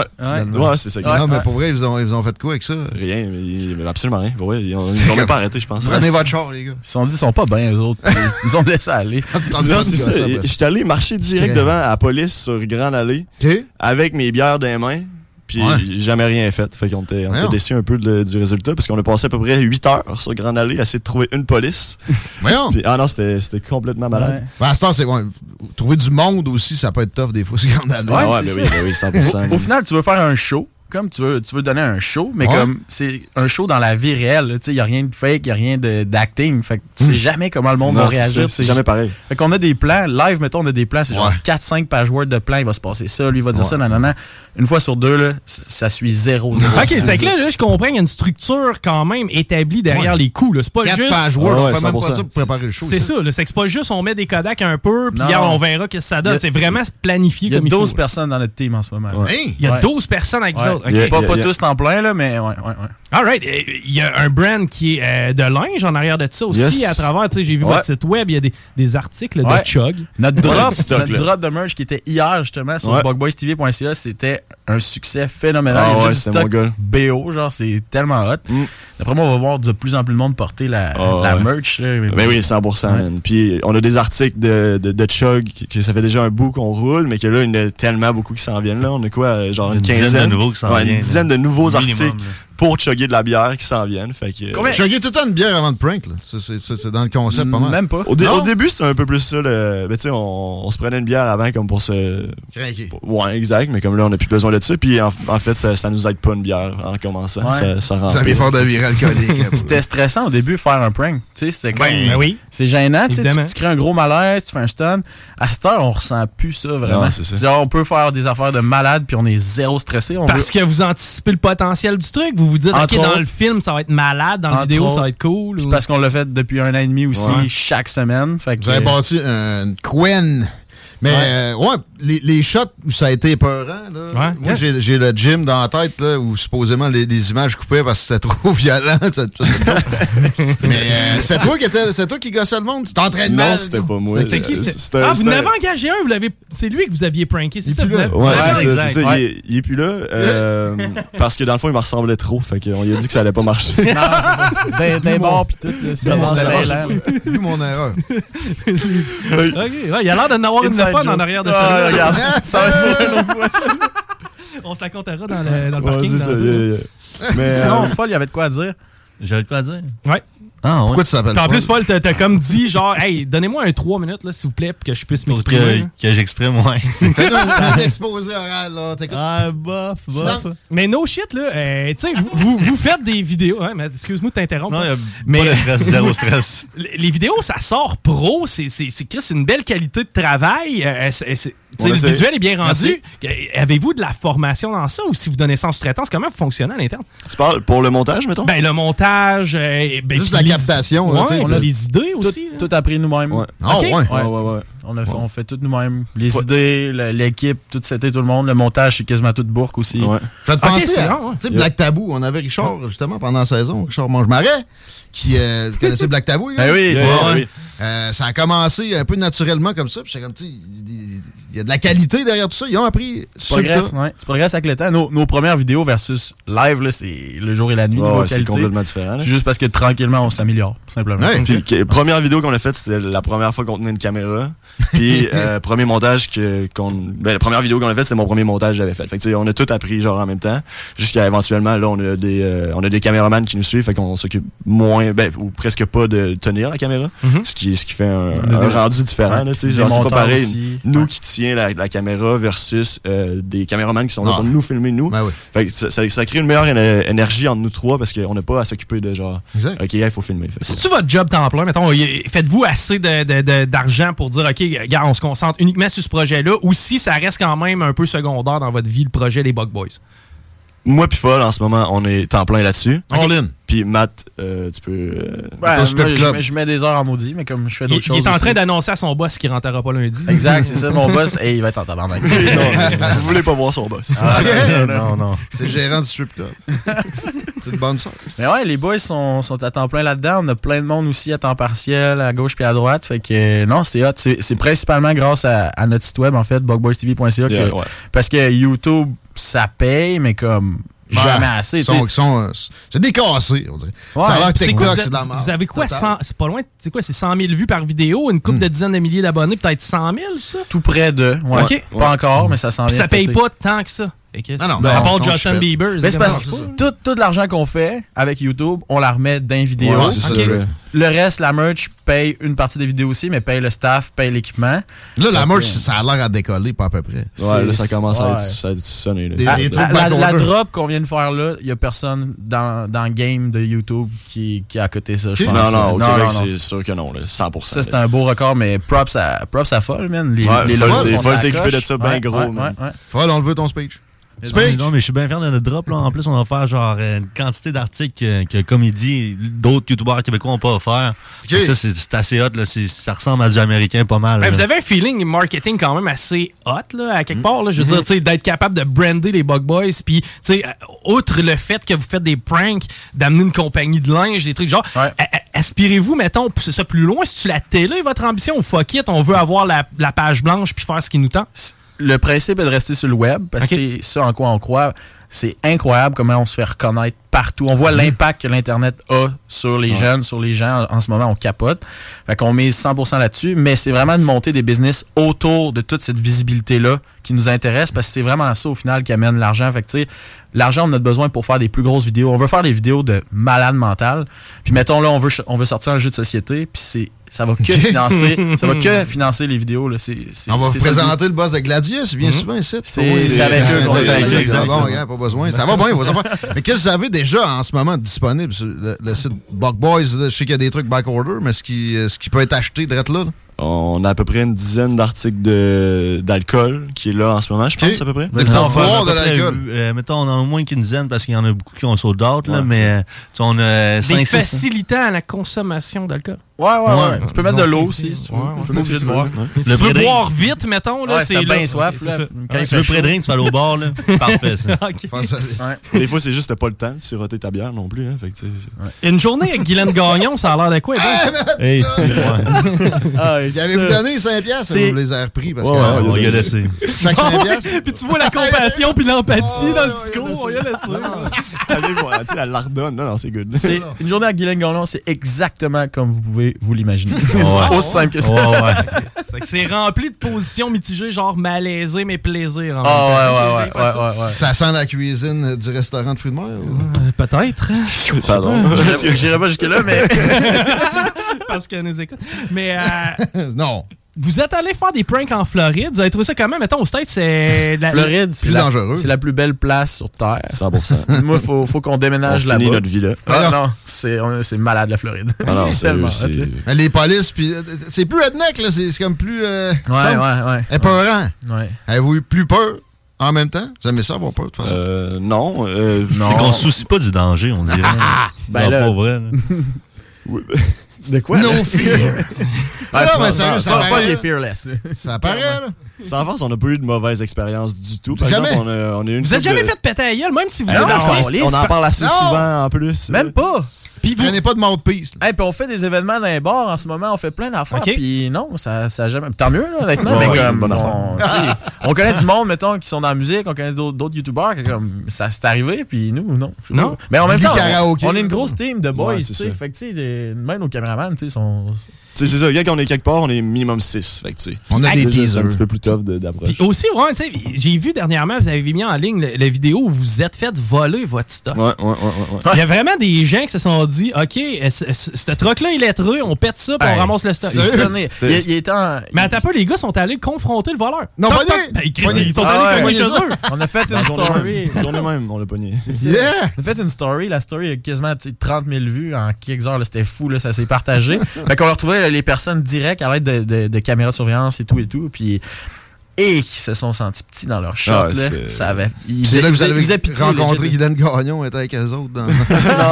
[SPEAKER 4] c'est ça.
[SPEAKER 5] Ouais.
[SPEAKER 2] non, mais pour vrai, ils ont, ils ont fait quoi avec ça?
[SPEAKER 4] Rien, mais il- mais absolument rien. Ouais, ils ont, ils ont même pas arrêté, je pense.
[SPEAKER 2] Prenez votre
[SPEAKER 4] *laughs*
[SPEAKER 2] char, les gars.
[SPEAKER 5] Ils se sont dit, ils sont pas bien, eux autres. puis Ils nous ont laissé aller.
[SPEAKER 4] Non, c'est ça. J'étais allé marcher direct
[SPEAKER 2] Crème.
[SPEAKER 4] devant à la police sur Grande Allée
[SPEAKER 2] OK.
[SPEAKER 4] avec mes bières dans les mains. Puis
[SPEAKER 2] Ouais.
[SPEAKER 4] j'ai jamais rien fait. Fait qu'on était, on était
[SPEAKER 2] Voyons.
[SPEAKER 4] déçus un peu de- du résultat parce qu'on a passé à peu près 8 heures sur Grande Allée à essayer de trouver une police.
[SPEAKER 2] Voyons.
[SPEAKER 4] Puis, ah non, c'était c'était complètement malade.
[SPEAKER 2] Ben, à ce temps, c'est bon. Trouver du monde aussi, ça peut être tough des fois, *laughs* c'est scandaleux.
[SPEAKER 4] Ah
[SPEAKER 5] Ouais,
[SPEAKER 4] mais
[SPEAKER 5] c'est
[SPEAKER 4] oui,
[SPEAKER 5] ça.
[SPEAKER 4] ben oui, 100%.
[SPEAKER 5] Au, au final, tu veux faire un show. Comme tu veux, tu veux donner un show, mais
[SPEAKER 2] Ouais.
[SPEAKER 5] comme c'est un show dans la vie réelle, là, tu sais, il n'y a rien de fake, il n'y a rien de- d'acting. Fait que tu sais jamais comment le monde
[SPEAKER 4] Mm. Non,
[SPEAKER 5] va
[SPEAKER 4] c'est
[SPEAKER 5] réagir.
[SPEAKER 4] sûr,
[SPEAKER 5] tu
[SPEAKER 4] C'est
[SPEAKER 5] sais.
[SPEAKER 4] jamais pareil.
[SPEAKER 5] Fait qu'on a des plans. Live, mettons, on a des plans. C'est genre
[SPEAKER 2] Ouais.
[SPEAKER 5] 4-5 pages Word de plans. Il va se passer ça, lui, il va dire ça, nanana. Une fois sur deux, là, c- ça suit zéro.
[SPEAKER 4] *laughs*
[SPEAKER 5] zéro.
[SPEAKER 3] OK, c'est que là, là, je comprends qu'il y a une structure quand même établie derrière
[SPEAKER 2] Ouais.
[SPEAKER 3] les coups. là. C'est pas
[SPEAKER 2] Quatre
[SPEAKER 3] juste.
[SPEAKER 2] pages Word,
[SPEAKER 4] Ouais,
[SPEAKER 2] on fait même pas
[SPEAKER 4] 100%.
[SPEAKER 2] ça pour préparer le show.
[SPEAKER 3] C'est ça, là. c'est que c'est pas juste on met des Kodak un peu, puis
[SPEAKER 5] Non.
[SPEAKER 3] regarde, on verra qu'est-ce que ça
[SPEAKER 5] Il y
[SPEAKER 3] donne.
[SPEAKER 5] a-
[SPEAKER 3] C'est vraiment planifié
[SPEAKER 5] Il y a
[SPEAKER 3] comme
[SPEAKER 5] 12
[SPEAKER 3] il faut. là.
[SPEAKER 5] personnes dans notre team en ce moment. là.
[SPEAKER 2] Hein?
[SPEAKER 3] Il y a
[SPEAKER 5] Ouais.
[SPEAKER 3] 12 personnes avec
[SPEAKER 5] Ouais.
[SPEAKER 3] vous autres.
[SPEAKER 4] Il y a-
[SPEAKER 3] OK.
[SPEAKER 5] Pas, pas tous en plein, là, mais ouais, ouais, ouais.
[SPEAKER 3] All right. Euh, Il y a un brand qui est euh, de linge en arrière de ça aussi.
[SPEAKER 4] Yes.
[SPEAKER 3] À travers, tu sais, j'ai vu
[SPEAKER 4] Ouais.
[SPEAKER 3] votre site web, il y a des, des articles
[SPEAKER 5] Ouais.
[SPEAKER 3] de Chug.
[SPEAKER 5] Notre drop,
[SPEAKER 4] du stock,
[SPEAKER 5] notre
[SPEAKER 4] là.
[SPEAKER 5] drop de merch qui était hier justement sur
[SPEAKER 4] Ouais.
[SPEAKER 5] bugboystv.ca, c'était un succès phénoménal.
[SPEAKER 4] Ah
[SPEAKER 5] Il y a
[SPEAKER 4] ouais,
[SPEAKER 5] juste du
[SPEAKER 4] c'était
[SPEAKER 5] stock
[SPEAKER 4] mon gars.
[SPEAKER 5] BO, genre c'est tellement hot.
[SPEAKER 4] Mm.
[SPEAKER 5] D'après moi, on va voir de plus en plus de monde porter la,
[SPEAKER 4] Ah
[SPEAKER 5] la
[SPEAKER 4] ouais.
[SPEAKER 5] merch. là.
[SPEAKER 4] Ben oui, 100%,
[SPEAKER 5] Ouais.
[SPEAKER 4] man. Puis on a des articles de, de, de Chug que- que ça fait déjà un bout qu'on roule, mais que là, il y en a tellement beaucoup qui s'en viennent. Là, on a quoi, euh, genre une,
[SPEAKER 6] Une dizaine
[SPEAKER 4] quinzaine?
[SPEAKER 6] de nouveaux qui s'en
[SPEAKER 4] Ouais, Une
[SPEAKER 6] viennent,
[SPEAKER 4] dizaine
[SPEAKER 6] là.
[SPEAKER 4] de nouveaux
[SPEAKER 6] Minimum,
[SPEAKER 4] articles
[SPEAKER 6] là.
[SPEAKER 4] pour chugger de la bière qui s'en viennent. Fait que, euh,
[SPEAKER 5] Combien?
[SPEAKER 2] Chuguer tout le temps une bière avant de prank, là. Ça, C'est ça, c'est dans le concept pas mal.
[SPEAKER 5] Même pas.
[SPEAKER 4] au, dé-
[SPEAKER 2] Non?
[SPEAKER 4] au début, c'était un peu plus ça. Le, ben, tu sais, on, on se prenait une bière avant comme pour se...
[SPEAKER 2] Craqué.
[SPEAKER 4] Ouais, exact, mais comme là, on n'a plus besoin de ça. Puis en, en fait, ça, ça nous aide pas une bière en commençant.
[SPEAKER 5] Ouais.
[SPEAKER 4] Ça, ça rend
[SPEAKER 2] Vous avez
[SPEAKER 4] pire.
[SPEAKER 2] fort de virer alcoolique. là.
[SPEAKER 5] C'était stressant au début faire un prank. Tu sais, c'était comme-
[SPEAKER 3] Ben oui.
[SPEAKER 5] C'est gênant, tu, sais, tu
[SPEAKER 3] Évidemment.
[SPEAKER 5] tu crées un gros malaise, tu fais un stun. À cette heure, on ressent plus ça vraiment.
[SPEAKER 4] Non, c'est ça.
[SPEAKER 5] Genre, on peut faire des affaires de malade puis on est zéro stressé. On
[SPEAKER 3] Parce
[SPEAKER 5] veut-
[SPEAKER 3] que vous anticipez le potentiel du truc. Vous vous dites,
[SPEAKER 5] Entre
[SPEAKER 3] OK, dans
[SPEAKER 5] autres.
[SPEAKER 3] le film, ça va être malade, dans la
[SPEAKER 5] Entre
[SPEAKER 3] vidéo,
[SPEAKER 5] autres.
[SPEAKER 3] ça va être cool.
[SPEAKER 5] Puis
[SPEAKER 3] ou-
[SPEAKER 5] parce qu'on l'a fait depuis un an et demi aussi,
[SPEAKER 4] Ouais.
[SPEAKER 5] chaque semaine. Fait
[SPEAKER 6] Euh,
[SPEAKER 2] Vous avez
[SPEAKER 5] que- euh,
[SPEAKER 2] bâti une Quen. Mais
[SPEAKER 5] Ouais.
[SPEAKER 2] euh, ouais, les, les shots où ça a été épeurant, là.
[SPEAKER 3] Ouais.
[SPEAKER 2] Moi, j'ai j'ai le gym dans la tête, là, où supposément les, les images coupaient parce que c'était *laughs* trop violent. cette-
[SPEAKER 6] *laughs*
[SPEAKER 2] cette- Mais euh, c'était toi, qui étais- c'était toi qui gossais le monde. Tu t'entraînais.
[SPEAKER 4] Non, c'était pas moi.
[SPEAKER 3] C'était qui,
[SPEAKER 4] Euh,
[SPEAKER 3] c'était-
[SPEAKER 4] c'était-
[SPEAKER 3] Ah, vous
[SPEAKER 4] c'était-
[SPEAKER 3] n'avez engagé un, vous l'avez. C'est lui que vous aviez pranké, c'est
[SPEAKER 2] Il
[SPEAKER 3] ça?
[SPEAKER 2] est plus
[SPEAKER 3] vous
[SPEAKER 2] là.
[SPEAKER 3] l'avez-
[SPEAKER 4] Ouais,
[SPEAKER 3] Ah,
[SPEAKER 4] c'est ça, c'est
[SPEAKER 3] exact.
[SPEAKER 4] ça.
[SPEAKER 5] Ouais.
[SPEAKER 4] Il, est, il est plus là euh, parce que dans le fond, il me ressemblait trop. Fait qu'on lui a dit que ça allait pas marcher.
[SPEAKER 5] *laughs* Non, c'est *laughs* ça. D'un- D'un bord, puis tout. là, C'est
[SPEAKER 4] Comment ça
[SPEAKER 5] c'était
[SPEAKER 4] marche?
[SPEAKER 5] lent, là.
[SPEAKER 2] D'où mon erreur.
[SPEAKER 3] *laughs* Ok, ouais, il a l'air d'en avoir une
[SPEAKER 5] Inside
[SPEAKER 3] fun en
[SPEAKER 5] joke.
[SPEAKER 3] arrière de
[SPEAKER 5] Ah,
[SPEAKER 3] ça.
[SPEAKER 5] regarde, *laughs* ça va être pour un autre fois.
[SPEAKER 3] On se la comptera dans le, dans le
[SPEAKER 4] Ouais,
[SPEAKER 3] parking.
[SPEAKER 4] c'est
[SPEAKER 3] dans
[SPEAKER 4] ça,
[SPEAKER 3] le-
[SPEAKER 4] yeah, yeah. Mais,
[SPEAKER 5] Sinon,
[SPEAKER 4] euh,
[SPEAKER 5] folle, il y avait de quoi dire.
[SPEAKER 6] J'avais de quoi dire?
[SPEAKER 3] Ouais.
[SPEAKER 6] Ah, ouais.
[SPEAKER 2] Pourquoi tu t'appelles
[SPEAKER 3] Puis en
[SPEAKER 2] Paul?
[SPEAKER 3] plus, Paul, t'as t'as comme dit, genre, hey, donnez-moi un 3 minutes, là, s'il vous plaît, pour que je puisse
[SPEAKER 6] Pour
[SPEAKER 3] m'exprimer.
[SPEAKER 6] que,
[SPEAKER 3] là.
[SPEAKER 6] que j'exprime, ouais.
[SPEAKER 2] *laughs* Fais-nous un exposé oral, là. T'écoutes.
[SPEAKER 6] ah, bof, bof.
[SPEAKER 2] Silence.
[SPEAKER 3] Mais no shit, là, euh, tu sais, vous, vous, vous faites des vidéos. Ouais, mais excuse-moi de t'interrompre.
[SPEAKER 6] Non, il y a
[SPEAKER 3] Mais-
[SPEAKER 6] pas de stress, zéro stress.
[SPEAKER 3] Les les vidéos, ça sort pro. C'est c'est- c'est- Chris, c'est une belle qualité de travail. Euh, c'est- c'est- tu sais,
[SPEAKER 4] On
[SPEAKER 3] le
[SPEAKER 4] essaie.
[SPEAKER 3] visuel est bien rendu. Euh, Avez-vous de la formation dans ça ou si vous donnez ça en sous-traitance, comment vous fonctionnez à l'interne?
[SPEAKER 4] tu parles pour le montage, mettons?
[SPEAKER 3] Ben, le montage. euh, ben,
[SPEAKER 2] Juste
[SPEAKER 3] puis
[SPEAKER 2] la
[SPEAKER 3] les-
[SPEAKER 2] captation, là,
[SPEAKER 3] Ouais,
[SPEAKER 2] tu sais,
[SPEAKER 3] on
[SPEAKER 2] là.
[SPEAKER 3] a les idées aussi. là.
[SPEAKER 5] Tout, tout appris nous-mêmes.
[SPEAKER 4] Ouais.
[SPEAKER 2] *laughs* Ah,
[SPEAKER 3] Ok.
[SPEAKER 2] ouais.
[SPEAKER 5] Ouais.
[SPEAKER 4] ouais, ouais. ouais.
[SPEAKER 5] On, a fait,
[SPEAKER 4] Ouais.
[SPEAKER 5] on fait tout nous-mêmes. Les
[SPEAKER 4] Ouais.
[SPEAKER 5] idées, la- l'équipe, tout c'était tout le monde. Le montage, c'est quasiment toute bourque aussi.
[SPEAKER 4] Ouais.
[SPEAKER 2] Ça te
[SPEAKER 3] Ok,
[SPEAKER 2] penser
[SPEAKER 3] c'est
[SPEAKER 2] à,
[SPEAKER 3] bon, ouais.
[SPEAKER 2] tu sais, Black Tabou, on avait Richard, justement, pendant la saison, Richard Mange-Marais, qui euh, vous connaissez Black Tabou, les gars?
[SPEAKER 5] Ben oui,
[SPEAKER 4] Yeah, yeah,
[SPEAKER 5] ouais.
[SPEAKER 4] oui.
[SPEAKER 2] Euh, ça a commencé un peu naturellement comme ça. Puis j'étais comme, tu sais, il il y a de la qualité derrière tout ça. Ils ont appris.
[SPEAKER 5] Tu
[SPEAKER 2] sur le
[SPEAKER 5] progresses,
[SPEAKER 2] tas.
[SPEAKER 5] ouais, tu progresses avec le temps. Nos, nos premières vidéos versus live, là, c'est le jour et la nuit,
[SPEAKER 4] Ouais,
[SPEAKER 5] niveau
[SPEAKER 4] ouais, c'est
[SPEAKER 5] qualité.
[SPEAKER 4] complètement différent, là.
[SPEAKER 5] C'est juste parce que tranquillement, on s'améliore, tout simplement.
[SPEAKER 2] Ouais.
[SPEAKER 4] Puis, que- première vidéo qu'on a faite, c'était la première fois qu'on tenait une caméra.
[SPEAKER 5] *laughs*
[SPEAKER 4] Puis, euh, premier montage que, qu'on. Ben, la première vidéo qu'on a faite, c'est mon premier montage que j'avais fait. Fait que, tu sais, on a tout appris, genre, en même temps. Jusqu'à éventuellement, là, on a des, euh, on a des caméramans qui nous suivent. Fait qu'on s'occupe moins, ben, ou presque pas de tenir la caméra. ce, qui, ce qui fait un,
[SPEAKER 5] Mhm. On a
[SPEAKER 4] un
[SPEAKER 5] des-
[SPEAKER 4] rendu différent,
[SPEAKER 5] ouais.
[SPEAKER 4] là, tu sais.
[SPEAKER 5] Des
[SPEAKER 4] Genre, c'est pas
[SPEAKER 5] monteurs
[SPEAKER 4] pareil.
[SPEAKER 5] aussi.
[SPEAKER 4] Nous
[SPEAKER 5] Ouais.
[SPEAKER 4] qui tient la, la caméra versus euh, des caméramans qui sont là
[SPEAKER 2] Ah.
[SPEAKER 4] pour nous filmer, nous.
[SPEAKER 2] Ben oui.
[SPEAKER 4] Fait que ça, ça- ça crée une meilleure éne- énergie entre nous trois parce qu'on n'a pas à s'occuper de genre,
[SPEAKER 2] Exact.
[SPEAKER 4] OK, il faut filmer. Fait que-
[SPEAKER 3] C'est-tu votre job temps plein? Mettons, y- faites-vous assez de- de- de- d'argent pour dire, OK, gars, on se concentre uniquement sur ce projet-là, ou si ça reste quand même un peu secondaire dans votre vie, le projet Les Bug Boys?
[SPEAKER 4] Moi puis Paul, en ce moment, on est temps plein là-dessus.
[SPEAKER 2] All in.
[SPEAKER 4] Puis Matt, euh, tu peux... euh,
[SPEAKER 5] Ouais,
[SPEAKER 2] Dans ce
[SPEAKER 5] moi, je,
[SPEAKER 2] club.
[SPEAKER 5] mets, je mets des heures en maudit, mais comme je fais
[SPEAKER 3] Il,
[SPEAKER 5] d'autres
[SPEAKER 3] il
[SPEAKER 5] choses.
[SPEAKER 3] est en
[SPEAKER 5] aussi.
[SPEAKER 3] train d'annoncer à son boss qu'il rentrera pas lundi.
[SPEAKER 5] Exact, c'est ça, mon boss. Et il va être
[SPEAKER 2] *laughs*
[SPEAKER 5] en tabarnak.
[SPEAKER 4] non, vous voulez pas voir son boss.
[SPEAKER 5] Ah, *laughs*
[SPEAKER 2] Ok. non, non. C'est le gérant du strip club. C'est une bonne chose.
[SPEAKER 5] Mais ouais, les boys sont, sont à temps plein là-dedans. On a plein de monde aussi à temps partiel, à gauche puis à droite. Fait que euh, non, c'est hot. C'est c'est principalement grâce à, à notre site web, en fait, bugboystv.ca. que-
[SPEAKER 4] Yeah, ouais.
[SPEAKER 5] Parce que YouTube, ça paye, mais comme jamais
[SPEAKER 2] Ouais.
[SPEAKER 5] assez.
[SPEAKER 2] Ils
[SPEAKER 5] tu sais.
[SPEAKER 2] sont, ils sont, euh, c'est décassé, on dirait.
[SPEAKER 5] Ouais,
[SPEAKER 2] ça a l'air
[SPEAKER 3] Puis c'est
[SPEAKER 2] TikTok,
[SPEAKER 3] quoi,
[SPEAKER 2] c'est
[SPEAKER 3] vous,
[SPEAKER 2] de la
[SPEAKER 3] avez,
[SPEAKER 2] merde.
[SPEAKER 3] vous avez quoi?
[SPEAKER 2] Total.
[SPEAKER 3] 100 C'est pas loin, c'est quoi? C'est 100 000 vues par vidéo, une
[SPEAKER 2] Hmm.
[SPEAKER 3] couple de dizaines de milliers d'abonnés, peut-être 100 000, ça?
[SPEAKER 2] Ah,
[SPEAKER 5] tout près de. Ouais.
[SPEAKER 3] Ok.
[SPEAKER 5] Pas encore, mais ça s'en
[SPEAKER 3] Puis ça
[SPEAKER 5] vient. cet
[SPEAKER 3] paye
[SPEAKER 5] été.
[SPEAKER 3] pas tant que ça. Fait que-
[SPEAKER 2] Ah non,
[SPEAKER 3] à
[SPEAKER 2] non,
[SPEAKER 3] part
[SPEAKER 2] non, je
[SPEAKER 3] Justin
[SPEAKER 2] fais-
[SPEAKER 3] Bieber,
[SPEAKER 5] Mais c'est parce
[SPEAKER 3] ça marche pas.
[SPEAKER 5] que tout, tout l'argent qu'on fait avec YouTube, on la remet dans les vidéos.
[SPEAKER 4] Ouais, c'est
[SPEAKER 5] Ok.
[SPEAKER 4] ça, ouais.
[SPEAKER 5] Le reste, la merch, paye une partie des vidéos aussi, mais paye le staff, paye l'équipement.
[SPEAKER 2] Là, la merch, ça a l'air à décoller, pas à peu près.
[SPEAKER 4] Ouais, là,
[SPEAKER 5] C'est-
[SPEAKER 4] ça commence à, être,
[SPEAKER 5] ouais.
[SPEAKER 4] ça- sonner. là.
[SPEAKER 2] Des-
[SPEAKER 4] Ça-
[SPEAKER 2] des trucs
[SPEAKER 5] La, la-
[SPEAKER 2] Back
[SPEAKER 5] la
[SPEAKER 2] order.
[SPEAKER 5] drop qu'on vient de faire là, il n'y a personne dans, dans le game de YouTube qui, qui a coté ça, je pense.
[SPEAKER 4] Non, non, au
[SPEAKER 5] non,
[SPEAKER 4] Québec,
[SPEAKER 5] non.
[SPEAKER 4] c'est sûr que non, là, 100%.
[SPEAKER 5] Ça, c'est
[SPEAKER 4] là.
[SPEAKER 5] un beau record, mais props à, props à Foll, man. Les,
[SPEAKER 4] Ouais,
[SPEAKER 5] les
[SPEAKER 4] Foll,
[SPEAKER 5] logos
[SPEAKER 4] c'est-
[SPEAKER 5] sont
[SPEAKER 4] Foll
[SPEAKER 5] sur
[SPEAKER 4] s'est
[SPEAKER 5] la
[SPEAKER 4] occupé de
[SPEAKER 5] coche.
[SPEAKER 4] ça bien
[SPEAKER 5] Ouais,
[SPEAKER 4] gros,
[SPEAKER 5] ouais,
[SPEAKER 4] man.
[SPEAKER 5] ouais, ouais.
[SPEAKER 2] Fred, on le veut ton speech.
[SPEAKER 6] Non, mais, non, mais je suis bien fier de notre drop. Là. En plus, on a offert genre une quantité d'articles que, que, comme il dit, d'autres youtubeurs québécois n'ont pas offert.
[SPEAKER 2] Ok.
[SPEAKER 6] Ça, c'est c'est assez hot. Là. C'est- Ça ressemble à du américain pas mal.
[SPEAKER 3] Ben,
[SPEAKER 6] là.
[SPEAKER 3] vous avez un feeling marketing quand même assez hot, là, à quelque
[SPEAKER 2] Hmm.
[SPEAKER 3] part. Là, je veux dire, tu sais, d'être capable de brander les Bug Boys. Puis, tu sais, euh, outre le fait que vous faites des pranks, d'amener une compagnie de linge, des trucs genre,
[SPEAKER 5] Ouais.
[SPEAKER 3] a- a- aspirez-vous, mettons, pousser ça plus loin? Si tu la télé, votre ambition, ou fuck it, on veut avoir la, la page blanche puis faire ce qui nous tente.
[SPEAKER 5] Le principe est de rester sur le web, parce que
[SPEAKER 3] Ok.
[SPEAKER 5] c'est ça en quoi on croit. C'est incroyable comment on se fait reconnaître partout. On voit
[SPEAKER 2] Mhm.
[SPEAKER 5] l'impact que l'Internet a sur les jeunes, sur les gens. En ce moment, on capote. Fait qu'on mise 100% là-dessus, mais c'est vraiment de monter des business autour de toute cette visibilité-là qui nous intéresse, parce que c'est vraiment ça, au final, qui amène l'argent. Fait que, tu sais, l'argent, on en a besoin pour faire des plus grosses vidéos. On veut faire des vidéos de malade mental. Puis, mettons, là, on veut, ch- on veut sortir un jeu de société, puis c'est, ça va que financer,
[SPEAKER 2] *laughs*
[SPEAKER 5] ça va que financer les vidéos, là. C'est, c'est-
[SPEAKER 2] On va vous
[SPEAKER 5] c'est ça le but.
[SPEAKER 2] présenter le boss de Gladius, il vient souvent ici.
[SPEAKER 5] C'est- c'est avec eux qu'on
[SPEAKER 2] C'est
[SPEAKER 5] fait la
[SPEAKER 2] avec eux.
[SPEAKER 5] exactement.
[SPEAKER 2] Bon, regarde, pas besoin. Ça va bien, vos affaires. Mais qu'est-ce que vous avez déjà en ce moment disponible sur le, le site Buck Boys? là? Je sais qu'il y a des trucs back order, mais ce qui, euh, ce qui peut être acheté direct là. là.
[SPEAKER 4] On a à peu près une dizaine d'articles de- d'alcool qui est là en ce moment, je
[SPEAKER 2] Ok.
[SPEAKER 4] pense, à peu près.
[SPEAKER 2] Des
[SPEAKER 6] Mettons,
[SPEAKER 2] fanfares
[SPEAKER 6] on a
[SPEAKER 2] de
[SPEAKER 6] à peu près,
[SPEAKER 2] l'alcool.
[SPEAKER 6] euh, mettons, on en a au moins une quinzaine parce qu'il y en a beaucoup qui ont sold out, là,
[SPEAKER 4] Ouais,
[SPEAKER 6] mais euh, tu sais, on a
[SPEAKER 3] Des
[SPEAKER 6] 5
[SPEAKER 2] hein.
[SPEAKER 6] 6
[SPEAKER 3] facilitant à la consommation d'alcool.
[SPEAKER 5] Ouais, ouais, ouais.
[SPEAKER 6] Ouais,
[SPEAKER 5] Tu peux mettre de
[SPEAKER 3] disons
[SPEAKER 5] l'eau
[SPEAKER 3] ça,
[SPEAKER 5] aussi, si tu veux.
[SPEAKER 3] ouais, ouais.
[SPEAKER 5] Je suis pas obligé de boire.
[SPEAKER 3] Si tu veux
[SPEAKER 6] pré-drink.
[SPEAKER 3] boire vite, mettons, là,
[SPEAKER 5] Ouais,
[SPEAKER 3] c'est
[SPEAKER 5] t'as
[SPEAKER 3] là.
[SPEAKER 5] bien soif,
[SPEAKER 3] Ok,
[SPEAKER 5] là.
[SPEAKER 3] c'est
[SPEAKER 5] Quand il
[SPEAKER 6] Tu
[SPEAKER 3] *laughs*
[SPEAKER 5] fait
[SPEAKER 6] veux
[SPEAKER 5] chaud.
[SPEAKER 6] pré-drink, tu vas aller au bar,
[SPEAKER 2] *laughs*
[SPEAKER 6] là. Parfait, ça.
[SPEAKER 3] ça. Ok.
[SPEAKER 6] *laughs*
[SPEAKER 2] Pense à-
[SPEAKER 4] Des fois, c'est juste que t'as pas le temps de siroter ta bière non plus. Hein, fait que, tu sais, c'est-
[SPEAKER 3] Une journée avec Guylaine Gagnon, ça a l'air de quoi? donc?
[SPEAKER 6] Hey, c'est ouais.
[SPEAKER 5] Ah, et
[SPEAKER 2] Il avait vous
[SPEAKER 5] ça.
[SPEAKER 2] donné 5 piastres,
[SPEAKER 5] C'est-
[SPEAKER 2] vous les avez repris parce
[SPEAKER 6] Ouais,
[SPEAKER 2] que
[SPEAKER 6] on y a laissé.
[SPEAKER 2] chaque 5
[SPEAKER 6] *laughs*
[SPEAKER 3] Ah ouais?
[SPEAKER 2] piastres.
[SPEAKER 3] Puis tu vois la compassion puis l'empathie
[SPEAKER 2] Oh,
[SPEAKER 3] dans le
[SPEAKER 2] *laughs* ouais,
[SPEAKER 3] discours. On
[SPEAKER 2] ouais,
[SPEAKER 3] y a laissé.
[SPEAKER 4] Allez voir, tu sais, elle l'ardonne. Non, non, c'est good.
[SPEAKER 5] C'est une journée à Guylaine Gallon, c'est exactement comme vous pouvez vous l'imaginer.
[SPEAKER 6] Ouais.
[SPEAKER 5] Aussi simple que ça.
[SPEAKER 6] Ouais, ouais.
[SPEAKER 3] C'est que C'est rempli de positions mitigées, genre malaisé mais plaisir. en même
[SPEAKER 5] Ah, ouais, ouais,
[SPEAKER 3] temps.
[SPEAKER 5] ouais, ouais, ouais, ouais.
[SPEAKER 2] Ça sent la cuisine euh, du restaurant de fruits de mer? ou-
[SPEAKER 3] Euh,
[SPEAKER 2] *laughs*
[SPEAKER 3] Peut-être,
[SPEAKER 4] Pardon.
[SPEAKER 5] J'irai- J'irai pas jusque-là, mais.
[SPEAKER 3] *laughs* parce qu'elle nous écoute. Mais *laughs* euh,
[SPEAKER 2] Non,
[SPEAKER 3] vous êtes allé faire des pranks en Floride. Vous avez trouvé ça comment? Mettons, au States, c'est. La...
[SPEAKER 5] Floride, c'est
[SPEAKER 2] Plus
[SPEAKER 5] la,
[SPEAKER 2] dangereux.
[SPEAKER 5] c'est la plus belle place sur Terre.
[SPEAKER 4] 100%.
[SPEAKER 5] Moi, faut, faut qu'on
[SPEAKER 4] On
[SPEAKER 5] déménage
[SPEAKER 4] finit
[SPEAKER 5] là-bas.
[SPEAKER 4] notre vie là.
[SPEAKER 5] Ah,
[SPEAKER 2] Alors-
[SPEAKER 5] non, c'est on- c'est malade la Floride.
[SPEAKER 4] Ah
[SPEAKER 5] *laughs*
[SPEAKER 4] non, sérieux,
[SPEAKER 5] hot, là.
[SPEAKER 4] c'est...
[SPEAKER 2] mais les polices, puis euh, c'est plus redneck, là, c'est c'est comme plus euh,
[SPEAKER 5] Ouais,
[SPEAKER 2] sombre,
[SPEAKER 5] ouais, ouais.
[SPEAKER 2] épeurant.
[SPEAKER 5] ouais.
[SPEAKER 2] Avez-vous eu plus peur en même temps? Vous aimez ça avoir peur, de toute façon?
[SPEAKER 4] Euh, non, euh,
[SPEAKER 6] Fait qu'on
[SPEAKER 5] Non.
[SPEAKER 6] se soucie pas du danger, on
[SPEAKER 2] *laughs*
[SPEAKER 6] dirait.
[SPEAKER 2] Ah,
[SPEAKER 6] C'est
[SPEAKER 5] Ben là-
[SPEAKER 6] pas vrai. là.
[SPEAKER 5] De quoi? là?
[SPEAKER 2] no fear!
[SPEAKER 5] Ah,
[SPEAKER 2] non,
[SPEAKER 5] tu
[SPEAKER 2] mais
[SPEAKER 5] m'en-
[SPEAKER 2] sérieux, ça
[SPEAKER 5] ça
[SPEAKER 2] paraît,
[SPEAKER 5] va pas les
[SPEAKER 2] là.
[SPEAKER 5] fearless.
[SPEAKER 2] Ça paraît, là.
[SPEAKER 4] sans farce, on n'a pas eu de mauvaise expérience du tout. Par
[SPEAKER 2] Jamais.
[SPEAKER 4] exemple, on a, on a eu une
[SPEAKER 3] Vous êtes
[SPEAKER 4] couple
[SPEAKER 3] jamais
[SPEAKER 4] de-
[SPEAKER 3] fait péter à la gueule, même si vous
[SPEAKER 4] Ah non,
[SPEAKER 3] êtes dans le
[SPEAKER 4] on, on en parle assez
[SPEAKER 2] Non.
[SPEAKER 4] souvent en plus.
[SPEAKER 5] Même pas.
[SPEAKER 2] Puis vous. Prenez pas de mouthpiece. là.
[SPEAKER 5] Hey, puis on fait des événements dans les bars en ce moment, on fait plein d'affaires.
[SPEAKER 3] Ok.
[SPEAKER 5] Puis non, ça, ça a jamais. Tant mieux, là, honnêtement.
[SPEAKER 4] Ouais,
[SPEAKER 5] mais
[SPEAKER 4] ouais, c'est
[SPEAKER 5] comme,
[SPEAKER 4] une bonne
[SPEAKER 5] on, tu sais, on connaît du monde, mettons, qui sont dans la musique, on connaît d'autres d'autres YouTubers, que comme ça s'est arrivé, puis nous, non. je sais
[SPEAKER 3] Non.
[SPEAKER 5] pas. Mais en même
[SPEAKER 2] Lui,
[SPEAKER 5] temps, on,
[SPEAKER 2] karaoké.
[SPEAKER 5] on est une grosse team de boys,
[SPEAKER 4] Ouais,
[SPEAKER 5] tu
[SPEAKER 4] c'est
[SPEAKER 5] sais.
[SPEAKER 4] ça.
[SPEAKER 5] Fait que, tu sais, les- même nos caméramans, tu sais, sont.
[SPEAKER 4] Tu sais, c'est ça. Rien qu'on est quelque part, on est minimum 6. Fait que, tu Ah, sais,
[SPEAKER 2] On a des
[SPEAKER 4] déjà, c'est
[SPEAKER 2] teasers.
[SPEAKER 4] un petit peu plus tough de-
[SPEAKER 3] Puis
[SPEAKER 4] d'approche.
[SPEAKER 3] aussi, vraiment, tu sais, j'ai vu dernièrement, vous avez mis en ligne le- la vidéo où vous vous êtes fait voler votre stock.
[SPEAKER 4] Ouais, ouais, ouais, ouais. ouais.
[SPEAKER 3] Il y a vraiment des gens qui se sont dit OK, eh, ce ce- ce truc-là est lettreux, on pète ça, puis
[SPEAKER 5] Hey,
[SPEAKER 3] on ramasse le stock.
[SPEAKER 5] c'est ça, né. il,
[SPEAKER 4] C'était-
[SPEAKER 5] il était en.
[SPEAKER 3] Mais attends pas, les gars sont allés confronter le voleur.
[SPEAKER 2] Non,
[SPEAKER 3] Toc,
[SPEAKER 2] pas
[SPEAKER 3] toc.
[SPEAKER 2] des-
[SPEAKER 3] Ben, Chris,
[SPEAKER 2] pas des-
[SPEAKER 3] Ils sont
[SPEAKER 5] Ah
[SPEAKER 3] allés
[SPEAKER 5] ouais.
[SPEAKER 3] cogner chez eux.
[SPEAKER 5] On a fait
[SPEAKER 4] La
[SPEAKER 5] une story.
[SPEAKER 4] journée, même, la journée même, on l'a pogné. *laughs*
[SPEAKER 2] Yeah!
[SPEAKER 5] On a fait une story, la story a quasiment tu sais, 30 000 vues en quelques heures, là, c'était fou, là, ça s'est
[SPEAKER 4] *laughs*
[SPEAKER 5] partagé. fait qu'on a retrouvé là, les personnes directes à l'aide de, de- de caméras de surveillance et tout et tout, puis et qui se sont sentis petits dans leur shot,
[SPEAKER 4] Ah,
[SPEAKER 5] là.
[SPEAKER 4] c'est-
[SPEAKER 5] Ça avait. Ils
[SPEAKER 2] C'est là que vous
[SPEAKER 5] faisaient- ils faisaient
[SPEAKER 2] avez
[SPEAKER 5] pitié,
[SPEAKER 2] rencontré
[SPEAKER 5] legit.
[SPEAKER 2] Guylaine Gagnon, était avec eux autres. Dans...
[SPEAKER 4] non, non,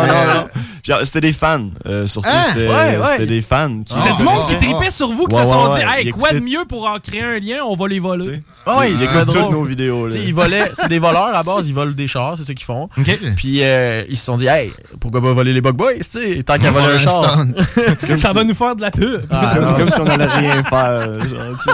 [SPEAKER 4] non. Puis, ah, C'était des fans, euh, surtout.
[SPEAKER 2] Hein?
[SPEAKER 4] C'était
[SPEAKER 5] Ouais, ouais.
[SPEAKER 4] c'était des fans qui.
[SPEAKER 2] Ah,
[SPEAKER 3] T'as du monde qui
[SPEAKER 2] ouais.
[SPEAKER 3] tripait sur vous, qui
[SPEAKER 4] Ouais,
[SPEAKER 3] se sont
[SPEAKER 4] ouais,
[SPEAKER 3] dit
[SPEAKER 4] ouais.
[SPEAKER 3] Hey,
[SPEAKER 4] Il
[SPEAKER 3] quoi de
[SPEAKER 4] écoutait-
[SPEAKER 3] mieux pour en créer un lien On va les voler.
[SPEAKER 4] Tu sais.
[SPEAKER 5] Ah ouais,
[SPEAKER 4] Ils
[SPEAKER 5] c'était
[SPEAKER 4] écoutent
[SPEAKER 5] drôle.
[SPEAKER 4] toutes nos vidéos.
[SPEAKER 5] Tu
[SPEAKER 4] Là.
[SPEAKER 5] sais, ils volaient, c'est des
[SPEAKER 4] *laughs*
[SPEAKER 5] voleurs à base, ils volent des chars, c'est ça qu'ils font.
[SPEAKER 3] OK.
[SPEAKER 5] Puis euh, ils se sont dit, hey, pourquoi pas voler les Bug Boys, tu sais, tant qu'à voler un char.
[SPEAKER 4] Comme
[SPEAKER 3] Ça
[SPEAKER 4] si-
[SPEAKER 3] va nous faire de la pub.
[SPEAKER 5] Ah,
[SPEAKER 4] comme,
[SPEAKER 5] non.
[SPEAKER 4] comme si *laughs* on allait rien faire. Genre, tu sais.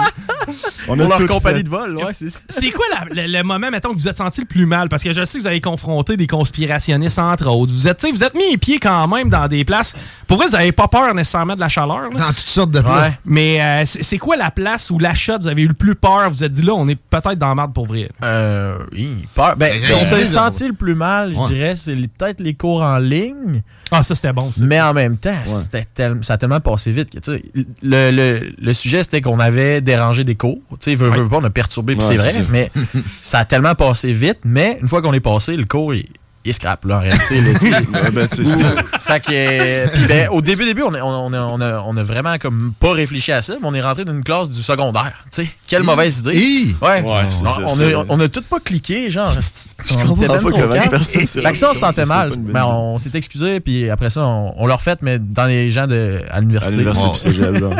[SPEAKER 4] on
[SPEAKER 5] Pour leur
[SPEAKER 4] tout
[SPEAKER 5] compagnie
[SPEAKER 4] fait.
[SPEAKER 5] de vol, ouais, c'est ça.
[SPEAKER 3] C'est quoi la- le, le moment, mettons, que vous vous êtes senti le plus mal? Parce que je sais que vous avez confronté des conspirationnistes, entre autres. Vous êtes, tu sais, vous êtes mis les pieds quand même dans des places. Pour vrai, vous n'avez pas peur nécessairement de la chaleur. là.
[SPEAKER 2] Dans toutes sortes de plats.
[SPEAKER 5] Ouais.
[SPEAKER 3] Mais euh, c'est c'est quoi la place où l'achat, vous avez eu le plus peur? Vous vous êtes dit là, on est peut-être dans la merde pour vrai.
[SPEAKER 5] Euh, hi, peur. Ben,
[SPEAKER 2] Ben,
[SPEAKER 5] on
[SPEAKER 2] euh,
[SPEAKER 5] s'est
[SPEAKER 2] oui,
[SPEAKER 5] senti le plus mal, je
[SPEAKER 2] Ouais.
[SPEAKER 5] dirais, c'est les- peut-être les cours en ligne,
[SPEAKER 3] Ah, ça, c'était bon. ça.
[SPEAKER 5] mais en même temps, c'était tel- ça a tellement passé vite que, tu sais, le, le, le sujet, c'était qu'on avait dérangé des cours. Tu sais, veut, veut pas, on a perturbé, puis
[SPEAKER 4] Ouais,
[SPEAKER 5] c'est vrai,
[SPEAKER 4] c'est ça.
[SPEAKER 5] mais ça a tellement passé vite, mais une fois qu'on est passé, le cours, il, il scrape, là, en
[SPEAKER 4] *laughs*
[SPEAKER 5] réalité. là, tu sais.
[SPEAKER 4] Ouais, ben, tu sais, c'est ça.
[SPEAKER 5] fait que, euh, puis ben, au début, début, on a, on, a, on, a, on a vraiment comme pas réfléchi à ça, mais on est rentré d'une classe du secondaire. Tu sais, quelle mauvaise idée.
[SPEAKER 2] Hi!
[SPEAKER 4] Ouais,
[SPEAKER 5] Ouais.
[SPEAKER 4] c'est
[SPEAKER 5] on,
[SPEAKER 4] ça,
[SPEAKER 5] on
[SPEAKER 4] c'est-
[SPEAKER 5] a, on a tout pas
[SPEAKER 4] *laughs*
[SPEAKER 5] cliqué, genre.
[SPEAKER 4] Je
[SPEAKER 5] on était
[SPEAKER 4] comprends
[SPEAKER 5] même
[SPEAKER 4] pas
[SPEAKER 5] trop
[SPEAKER 4] comment
[SPEAKER 5] calme.
[SPEAKER 4] personne s'est
[SPEAKER 5] Fait que
[SPEAKER 4] rendu
[SPEAKER 5] ça, on se
[SPEAKER 4] compte que
[SPEAKER 5] sentait
[SPEAKER 4] c'était
[SPEAKER 5] mal.
[SPEAKER 4] pas une bonne
[SPEAKER 5] Ben,
[SPEAKER 4] idée.
[SPEAKER 5] on s'est excusé, puis après ça, on, on l'a refait, mais dans les gens de, à
[SPEAKER 4] À
[SPEAKER 5] l'université.
[SPEAKER 4] l'université,
[SPEAKER 2] Bon.
[SPEAKER 4] pis c'est génial, genre.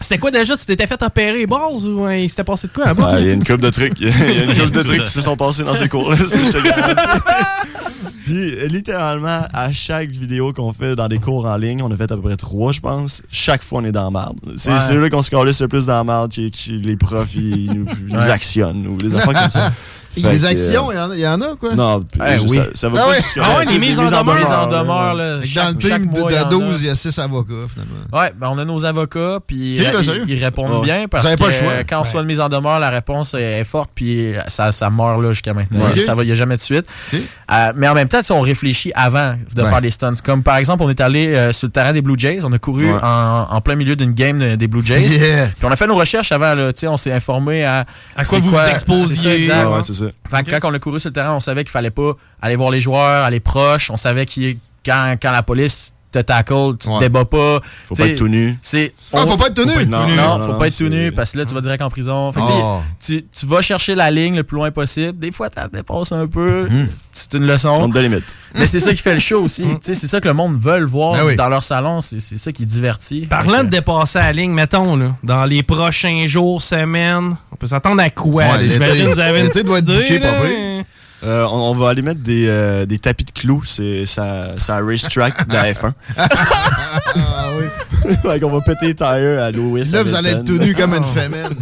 [SPEAKER 3] C'était quoi déjà? Tu t'étais fait opérer base ou hein, il s'était passé de quoi à
[SPEAKER 4] Ah, Il y a une couple de trucs. Il y a *laughs* une couple de trucs qui se sont passés dans ces cours-là. c'est ce que je *laughs* dis. Puis, euh, littéralement, à chaque vidéo qu'on fait dans des cours en ligne, on a fait à peu près trois, je pense. Chaque fois, on est dans la merde. C'est
[SPEAKER 5] Ouais.
[SPEAKER 4] celui-là qu'on se calisse le plus dans la merde, qui, qui- les profs, ils nous, ils nous
[SPEAKER 5] Ouais.
[SPEAKER 4] actionnent, ou les affaires comme *laughs* ça. Fait
[SPEAKER 2] Les
[SPEAKER 4] que, euh,
[SPEAKER 2] actions, il y en a- il y, en a, quoi.
[SPEAKER 4] Non,
[SPEAKER 5] Eh
[SPEAKER 4] je-
[SPEAKER 5] oui.
[SPEAKER 4] ça, ça va
[SPEAKER 2] Ah
[SPEAKER 4] pas
[SPEAKER 2] ouais.
[SPEAKER 4] jusqu'à-
[SPEAKER 3] Ah ouais,
[SPEAKER 4] tu sais,
[SPEAKER 3] les mises en demeure.
[SPEAKER 5] Mise en
[SPEAKER 4] là.
[SPEAKER 5] demeure, là.
[SPEAKER 2] Fait que
[SPEAKER 5] chaque-
[SPEAKER 2] dans le team
[SPEAKER 5] chaque
[SPEAKER 2] de,
[SPEAKER 5] mois, il y en
[SPEAKER 2] de
[SPEAKER 5] a.
[SPEAKER 2] 12, il y a 6 avocats, finalement.
[SPEAKER 5] Ouais, ben on a nos avocats, puis euh,
[SPEAKER 2] Ok, là,
[SPEAKER 5] ils-
[SPEAKER 2] sérieux?
[SPEAKER 5] ils, répondent
[SPEAKER 4] Ouais.
[SPEAKER 5] bien parce
[SPEAKER 2] Vous avez
[SPEAKER 5] que
[SPEAKER 2] pas le choix.
[SPEAKER 5] euh, quand on reçoit une mise en demeure, la réponse est, est forte, puis euh, ça, ça meurt là jusqu'à maintenant.
[SPEAKER 2] Ouais.
[SPEAKER 5] Ça va, il n'y a jamais de suite.
[SPEAKER 2] Ok.
[SPEAKER 5] Euh, mais en même temps, tu sais, on réfléchit avant de
[SPEAKER 2] Ouais.
[SPEAKER 5] faire des stunts. Comme par exemple, on est allé euh, sur le terrain des Blue Jays, on a couru
[SPEAKER 4] Ouais.
[SPEAKER 5] en, en plein milieu d'une game de- des Blue Jays.
[SPEAKER 2] Yeah!
[SPEAKER 5] Puis on a fait nos recherches avant, là, tu sais, on s'est informé à,
[SPEAKER 3] À quoi
[SPEAKER 5] c'est
[SPEAKER 3] vous vous exposiez.
[SPEAKER 5] c'est ça, exact.
[SPEAKER 4] Ouais, ouais, c'est ça.
[SPEAKER 5] Fait que
[SPEAKER 3] Ok.
[SPEAKER 5] quand on a couru sur le terrain, on savait qu'il fallait pas aller voir les joueurs, aller proche. On savait qu'il quand, quand la police te tackle, tu
[SPEAKER 2] Ouais.
[SPEAKER 5] te débats pas.
[SPEAKER 4] Faut
[SPEAKER 5] Tu
[SPEAKER 4] pas
[SPEAKER 5] sais,
[SPEAKER 4] être tout nu.
[SPEAKER 5] C'est
[SPEAKER 2] Ah,
[SPEAKER 5] on-
[SPEAKER 2] faut pas être tenu!
[SPEAKER 4] Non,
[SPEAKER 5] non,
[SPEAKER 4] non,
[SPEAKER 5] faut
[SPEAKER 4] non,
[SPEAKER 5] pas être tout
[SPEAKER 4] c'est- Ah.
[SPEAKER 5] nu parce que là, tu vas direct en prison. Fait que
[SPEAKER 2] Oh.
[SPEAKER 5] tu, sais, tu- tu vas chercher la ligne le plus loin possible. Des fois, t'en dépasses un peu. C'est une leçon.
[SPEAKER 4] Mm-hmm. On te Mm. limite.
[SPEAKER 5] Mais c'est ça qui fait le show aussi. Tu sais, c'est ça que le monde veut le voir
[SPEAKER 2] Ben oui.
[SPEAKER 5] dans leur salon. C'est c'est ça qui divertit.
[SPEAKER 3] Parlant
[SPEAKER 5] Fait
[SPEAKER 3] de
[SPEAKER 5] que-
[SPEAKER 3] dépasser la ligne, mettons, là, dans les prochains jours, semaines, on peut s'attendre à quoi?
[SPEAKER 2] Ouais,
[SPEAKER 3] là?
[SPEAKER 2] l'été-
[SPEAKER 3] J'imagine que vous avez une
[SPEAKER 2] l'été
[SPEAKER 3] petite
[SPEAKER 2] doit être
[SPEAKER 3] idée,
[SPEAKER 2] bouqué,
[SPEAKER 3] là.
[SPEAKER 2] pas pire.
[SPEAKER 4] Euh, on, on va aller mettre des, euh, des tapis de clous, c'est ça, ça racetrack de la F1.
[SPEAKER 2] Ah oui.
[SPEAKER 4] *laughs* fait qu'on va péter les tires à Lewis.
[SPEAKER 2] Là, vous allez être tout
[SPEAKER 4] Hamilton.
[SPEAKER 2] nu comme une femelle.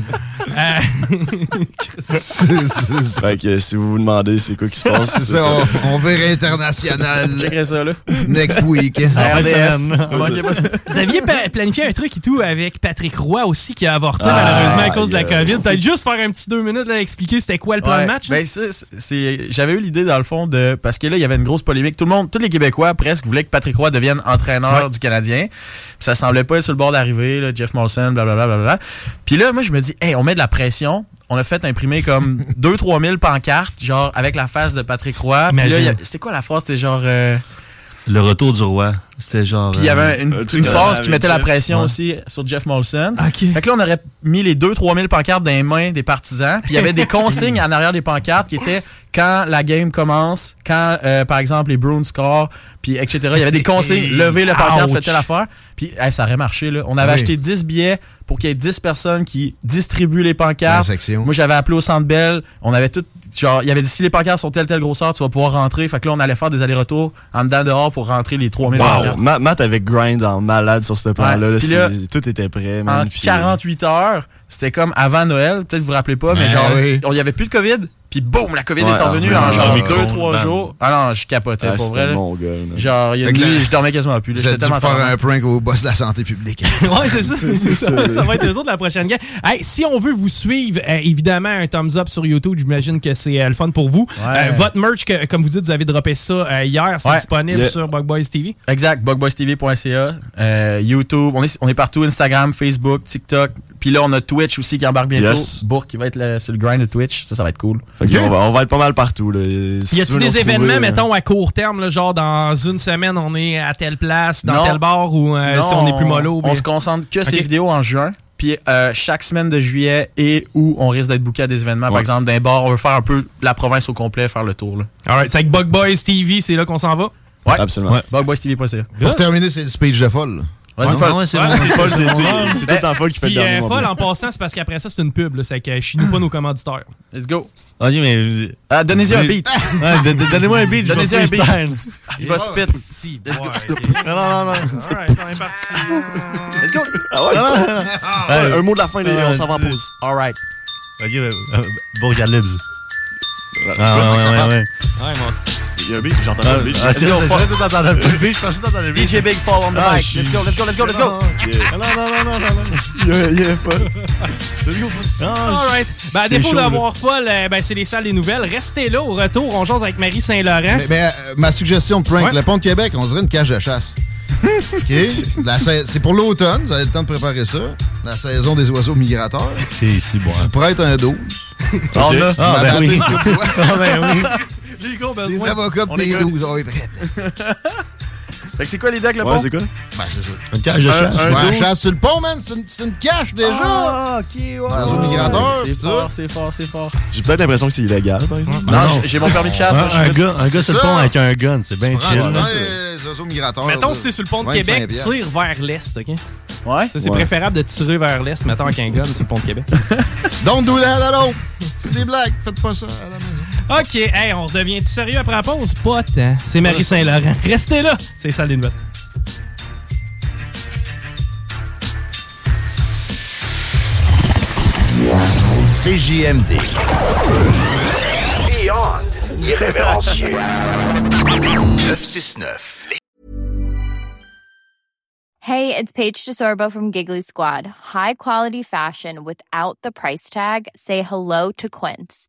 [SPEAKER 2] C'est- c'est- c'est-
[SPEAKER 4] Fait que euh, si vous vous demandez c'est quoi qui se passe,
[SPEAKER 2] C'est ça, on, on verra *laughs* international
[SPEAKER 5] Checkerais ça, là.
[SPEAKER 2] next week.
[SPEAKER 5] RDS.
[SPEAKER 2] hein.
[SPEAKER 4] Ouais,
[SPEAKER 5] Manquez
[SPEAKER 4] c'est-
[SPEAKER 5] pas ça.
[SPEAKER 3] *laughs* Vous aviez pa- planifié un truc et tout avec Patrick Roy aussi qui a avorté
[SPEAKER 4] Ah,
[SPEAKER 3] malheureusement à cause de la
[SPEAKER 4] yeah.
[SPEAKER 3] COVID. Peut-être juste faire un petit deux minutes là, expliquer c'était quoi le plan
[SPEAKER 5] Ouais.
[SPEAKER 3] de match. là.
[SPEAKER 5] Ben, ça, c'est- c'est- j'avais eu l'idée dans le fond de parce que là il y avait une grosse polémique. Tout le monde, tous les Québécois presque voulaient que Patrick Roy devienne entraîneur du Canadien. Ça semblait pas être sur le bord d'arrivée. là, Jeff Molson, blablabla. Bla, bla. Puis là, moi je me dis, hey, on met de la pression. On a fait
[SPEAKER 3] *laughs*
[SPEAKER 5] imprimer comme 2-3 000 pancartes, genre avec la face de Patrick Roy. Puis
[SPEAKER 3] Imagine.
[SPEAKER 5] là, il y a- c'était quoi la phrase C'était genre. euh,
[SPEAKER 6] Le retour du roi. C'était genre.
[SPEAKER 5] puis il y avait une,
[SPEAKER 4] euh,
[SPEAKER 5] une phrase
[SPEAKER 4] avec
[SPEAKER 5] qui mettait la
[SPEAKER 4] Jeff,
[SPEAKER 5] pression
[SPEAKER 4] ouais.
[SPEAKER 5] aussi sur Jeff Molson.
[SPEAKER 4] ben,
[SPEAKER 3] Ok.
[SPEAKER 5] Fait que là, on aurait mis les 2-3 000 pancartes dans les mains des partisans. Puis il y avait des consignes en arrière des pancartes qui étaient quand la game commence, quand, euh, par exemple, les Bruins score, puis etc. Il y avait des consignes. Levez le pancarte,
[SPEAKER 3] Ouch.
[SPEAKER 5] faites telle affaire. Puis hey, ça aurait marché. Là. On avait
[SPEAKER 2] Oui.
[SPEAKER 5] acheté 10 billets pour qu'il y ait 10 personnes qui distribuent les pancartes.
[SPEAKER 2] Transaction.
[SPEAKER 5] Moi, j'avais appelé au Centre Bell. On avait tout... Genre, il y avait dit, si les pancartes sont telle, telle grosseur, tu vas pouvoir rentrer. Fait que là, on allait faire des allers-retours en dedans, dehors pour rentrer les 3000
[SPEAKER 4] Wow.
[SPEAKER 5] pancartes.
[SPEAKER 4] lourd. Ma- Matt avait grind en malade sur ce plan-là.
[SPEAKER 5] Ouais,
[SPEAKER 4] là,
[SPEAKER 5] puis là,
[SPEAKER 4] c'était- tout était prêt.
[SPEAKER 5] En
[SPEAKER 4] man, puis-
[SPEAKER 2] euh,
[SPEAKER 4] ah,
[SPEAKER 5] 48 heures, c'était comme avant Noël, peut-être vous vous rappelez pas, mais
[SPEAKER 2] Ouais,
[SPEAKER 5] genre,
[SPEAKER 2] oui.
[SPEAKER 5] on- il n'y avait plus de COVID, puis boum, la COVID
[SPEAKER 4] Ouais,
[SPEAKER 5] est revenue
[SPEAKER 4] ouais,
[SPEAKER 5] en
[SPEAKER 4] ouais,
[SPEAKER 5] genre
[SPEAKER 4] ouais,
[SPEAKER 5] 2-3
[SPEAKER 4] bam.
[SPEAKER 5] jours. Ah non, je capotais
[SPEAKER 4] Ah,
[SPEAKER 5] pour vrai.
[SPEAKER 4] c'était
[SPEAKER 5] là.
[SPEAKER 4] mon gars. là.
[SPEAKER 5] Genre, il y a une
[SPEAKER 2] Fait que là,
[SPEAKER 5] nuit, je dormais quasiment plus. là,
[SPEAKER 2] Vous avez
[SPEAKER 5] J'étais
[SPEAKER 2] dû
[SPEAKER 5] tellement
[SPEAKER 2] faire
[SPEAKER 5] tendance.
[SPEAKER 2] un prank au boss de la santé *laughs* publique.
[SPEAKER 3] *laughs* Ouais, c'est
[SPEAKER 4] *laughs*
[SPEAKER 3] ça, c'est ça.
[SPEAKER 4] ça.
[SPEAKER 3] *laughs* Ça va être eux autres la prochaine guerre. Hey, si on veut vous suivre, euh, évidemment, un thumbs up sur YouTube, j'imagine que c'est euh, le fun pour vous.
[SPEAKER 5] Ouais.
[SPEAKER 3] Euh, votre merch, que- comme vous dites, vous avez droppé ça euh, hier, c'est
[SPEAKER 5] Ouais.
[SPEAKER 3] disponible
[SPEAKER 4] Yeah.
[SPEAKER 3] sur Bug Boys TV.
[SPEAKER 5] Exact, bugboystv.ca, euh, YouTube, on est, on est partout, Instagram, Facebook, TikTok. Puis là, on a Twitch aussi qui embarque bientôt.
[SPEAKER 4] Yes.
[SPEAKER 5] Bourg qui va être le- sur le grind de Twitch, ça, ça va être cool.
[SPEAKER 4] Fait que là, on, va, on va être pas mal partout. Là. Si
[SPEAKER 3] Y
[SPEAKER 4] tu veux
[SPEAKER 3] a-t-il
[SPEAKER 4] nous
[SPEAKER 3] des
[SPEAKER 4] retrouver,
[SPEAKER 3] événements,
[SPEAKER 4] euh,
[SPEAKER 3] mettons, à court terme, là, genre dans une semaine, on est à telle place, dans
[SPEAKER 5] Non.
[SPEAKER 3] tel bar, ou euh,
[SPEAKER 5] Non,
[SPEAKER 3] si on est plus mollo?
[SPEAKER 5] On
[SPEAKER 3] bien-
[SPEAKER 5] se concentre que ces
[SPEAKER 3] Ok.
[SPEAKER 5] vidéos en juin. Puis euh, chaque semaine de juillet et où on risque d'être booké à des événements. Par
[SPEAKER 4] Ouais.
[SPEAKER 5] exemple, d'un bar, on veut faire un peu la province au complet, faire le tour. Là.
[SPEAKER 3] Alright, c'est avec Bug Boys TV, c'est là qu'on s'en va.
[SPEAKER 5] Ouais.
[SPEAKER 4] Absolument.
[SPEAKER 5] Bugboystv.ca.
[SPEAKER 2] Pour terminer, c'est le speech de folle.
[SPEAKER 5] Vas-y,
[SPEAKER 6] Ouais,
[SPEAKER 5] Fol.
[SPEAKER 6] ouais, c'est
[SPEAKER 3] Ouais.
[SPEAKER 6] bon.
[SPEAKER 4] C'est Paul, c'est-
[SPEAKER 6] Ouais.
[SPEAKER 4] c'est tout en folle qui fait le
[SPEAKER 3] Puis,
[SPEAKER 4] dernier
[SPEAKER 3] euh,
[SPEAKER 4] mot.
[SPEAKER 3] folle en passant, c'est parce qu'après ça, c'est une pub, là, c'est que euh, chie-nous pas nos *laughs* commanditaires.
[SPEAKER 5] Let's go.
[SPEAKER 6] Ok, mais.
[SPEAKER 5] *laughs* Ah, Donnez-y un beat.
[SPEAKER 6] Ouais, de- de- Donnez-moi un beat. je vais
[SPEAKER 5] Donnez-y un beat.
[SPEAKER 6] freestyle.
[SPEAKER 5] Il va spit.
[SPEAKER 3] Si,
[SPEAKER 5] Let's go.
[SPEAKER 6] Non, non,
[SPEAKER 4] *laughs*
[SPEAKER 6] non. non.
[SPEAKER 3] Alright, on est parti.
[SPEAKER 5] Let's go.
[SPEAKER 4] Ah ouais,
[SPEAKER 6] Non, non, non.
[SPEAKER 4] Paul, Un mot de la fin, les-
[SPEAKER 6] Ah,
[SPEAKER 4] on s'en va en pause.
[SPEAKER 5] All right.
[SPEAKER 6] Ok, euh, euh, Bourg à Libs. Ah, ouais, ouais, ouais, ouais.
[SPEAKER 3] Ouais, mon-
[SPEAKER 4] Il y a un beat, j'entends
[SPEAKER 6] Ah,
[SPEAKER 4] pas le beat.
[SPEAKER 6] ah, c'est
[SPEAKER 5] Let's go,
[SPEAKER 6] vrai,
[SPEAKER 5] fuck.
[SPEAKER 6] c'est vrai, t'entendais plus le beat, je pensais que t'entendais le beat.
[SPEAKER 5] DJ Big Fall on the
[SPEAKER 6] Ah,
[SPEAKER 5] mic.
[SPEAKER 6] je-
[SPEAKER 5] Let's go, let's go, let's go, let's
[SPEAKER 4] Ah,
[SPEAKER 5] go.
[SPEAKER 6] Ah, Non, non, non, non, non, Ah, non.
[SPEAKER 4] Yeah, yeah, Paul. Let's go, Paul.
[SPEAKER 6] Non,
[SPEAKER 3] Alright. Ben, à
[SPEAKER 6] C'est
[SPEAKER 3] défaut
[SPEAKER 6] chaud,
[SPEAKER 3] d'avoir folle, euh, ben, c'est les salles des nouvelles. Restez là au retour. On jase avec Marie Saint-Laurent.
[SPEAKER 2] Mais, mais, euh, ma suggestion de prank,
[SPEAKER 3] Ouais.
[SPEAKER 2] le pont de Québec, on dirait une cage de chasse. OK? *laughs* La sais- c'est pour l'automne, vous avez le temps de préparer ça. La saison des oiseaux migrateurs.
[SPEAKER 6] T'es ici, bon. hein.
[SPEAKER 2] Je pourrais être un dos.
[SPEAKER 5] On a.
[SPEAKER 6] Ah,
[SPEAKER 2] Ma
[SPEAKER 6] ben
[SPEAKER 2] batterie, *laughs*
[SPEAKER 6] oui.
[SPEAKER 2] quoi.
[SPEAKER 6] Ah, ben oui.
[SPEAKER 3] Les gros
[SPEAKER 2] Les ben, avocats
[SPEAKER 5] On
[SPEAKER 2] pis des
[SPEAKER 5] est good.
[SPEAKER 2] douze, on est prêts.
[SPEAKER 5] Fait que c'est quoi les decks, le
[SPEAKER 4] Ouais,
[SPEAKER 5] pont?
[SPEAKER 4] c'est quoi?
[SPEAKER 2] Ben, c'est ça.
[SPEAKER 6] Une cage de chasse.
[SPEAKER 2] C'est
[SPEAKER 5] un
[SPEAKER 2] la
[SPEAKER 5] dos.
[SPEAKER 2] chasse sur le pont, man. C'est une, c'est une cache, déjà.
[SPEAKER 5] Ah, ok, ouais.
[SPEAKER 2] Oiseau migrateur,
[SPEAKER 5] C'est
[SPEAKER 2] ça.
[SPEAKER 5] fort, c'est fort, c'est fort.
[SPEAKER 4] J'ai peut-être l'impression que c'est illégal, par exemple.
[SPEAKER 5] Non,
[SPEAKER 6] non.
[SPEAKER 5] j'ai- j'ai mon permis de chasse.
[SPEAKER 6] Un,
[SPEAKER 5] moi, je suis
[SPEAKER 6] un
[SPEAKER 5] good.
[SPEAKER 6] gars, un gars
[SPEAKER 2] C'est
[SPEAKER 6] sur le
[SPEAKER 2] ça.
[SPEAKER 6] pont avec un gun, c'est bien
[SPEAKER 2] Prends
[SPEAKER 6] chill.
[SPEAKER 2] du euh,
[SPEAKER 6] là.
[SPEAKER 2] temps, les oiseaux migrateurs.
[SPEAKER 3] Mettons,
[SPEAKER 2] là.
[SPEAKER 3] si t'es sur le pont de
[SPEAKER 2] 25
[SPEAKER 3] Québec,
[SPEAKER 2] piastres.
[SPEAKER 3] tire vers l'est, OK?
[SPEAKER 5] Ouais.
[SPEAKER 3] Ça, c'est
[SPEAKER 4] Ouais.
[SPEAKER 3] préférable de tirer vers l'est, mettons, qu'un gun sur le pont de Québec.
[SPEAKER 2] Don't do that at all. C'est des blagues. Faites pas ça à la maison.
[SPEAKER 3] OK, hey, on redevient tout sérieux après la pause? Pas tant. C'est Marie Saint-Laurent. Restez là. C'est les salles des nouvelles.
[SPEAKER 7] CJMD. Beyond irrévérencieux. 969.
[SPEAKER 8] Hey, it's Paige DeSorbo from Giggly Squad. High quality fashion without the price tag. Say hello to Quince.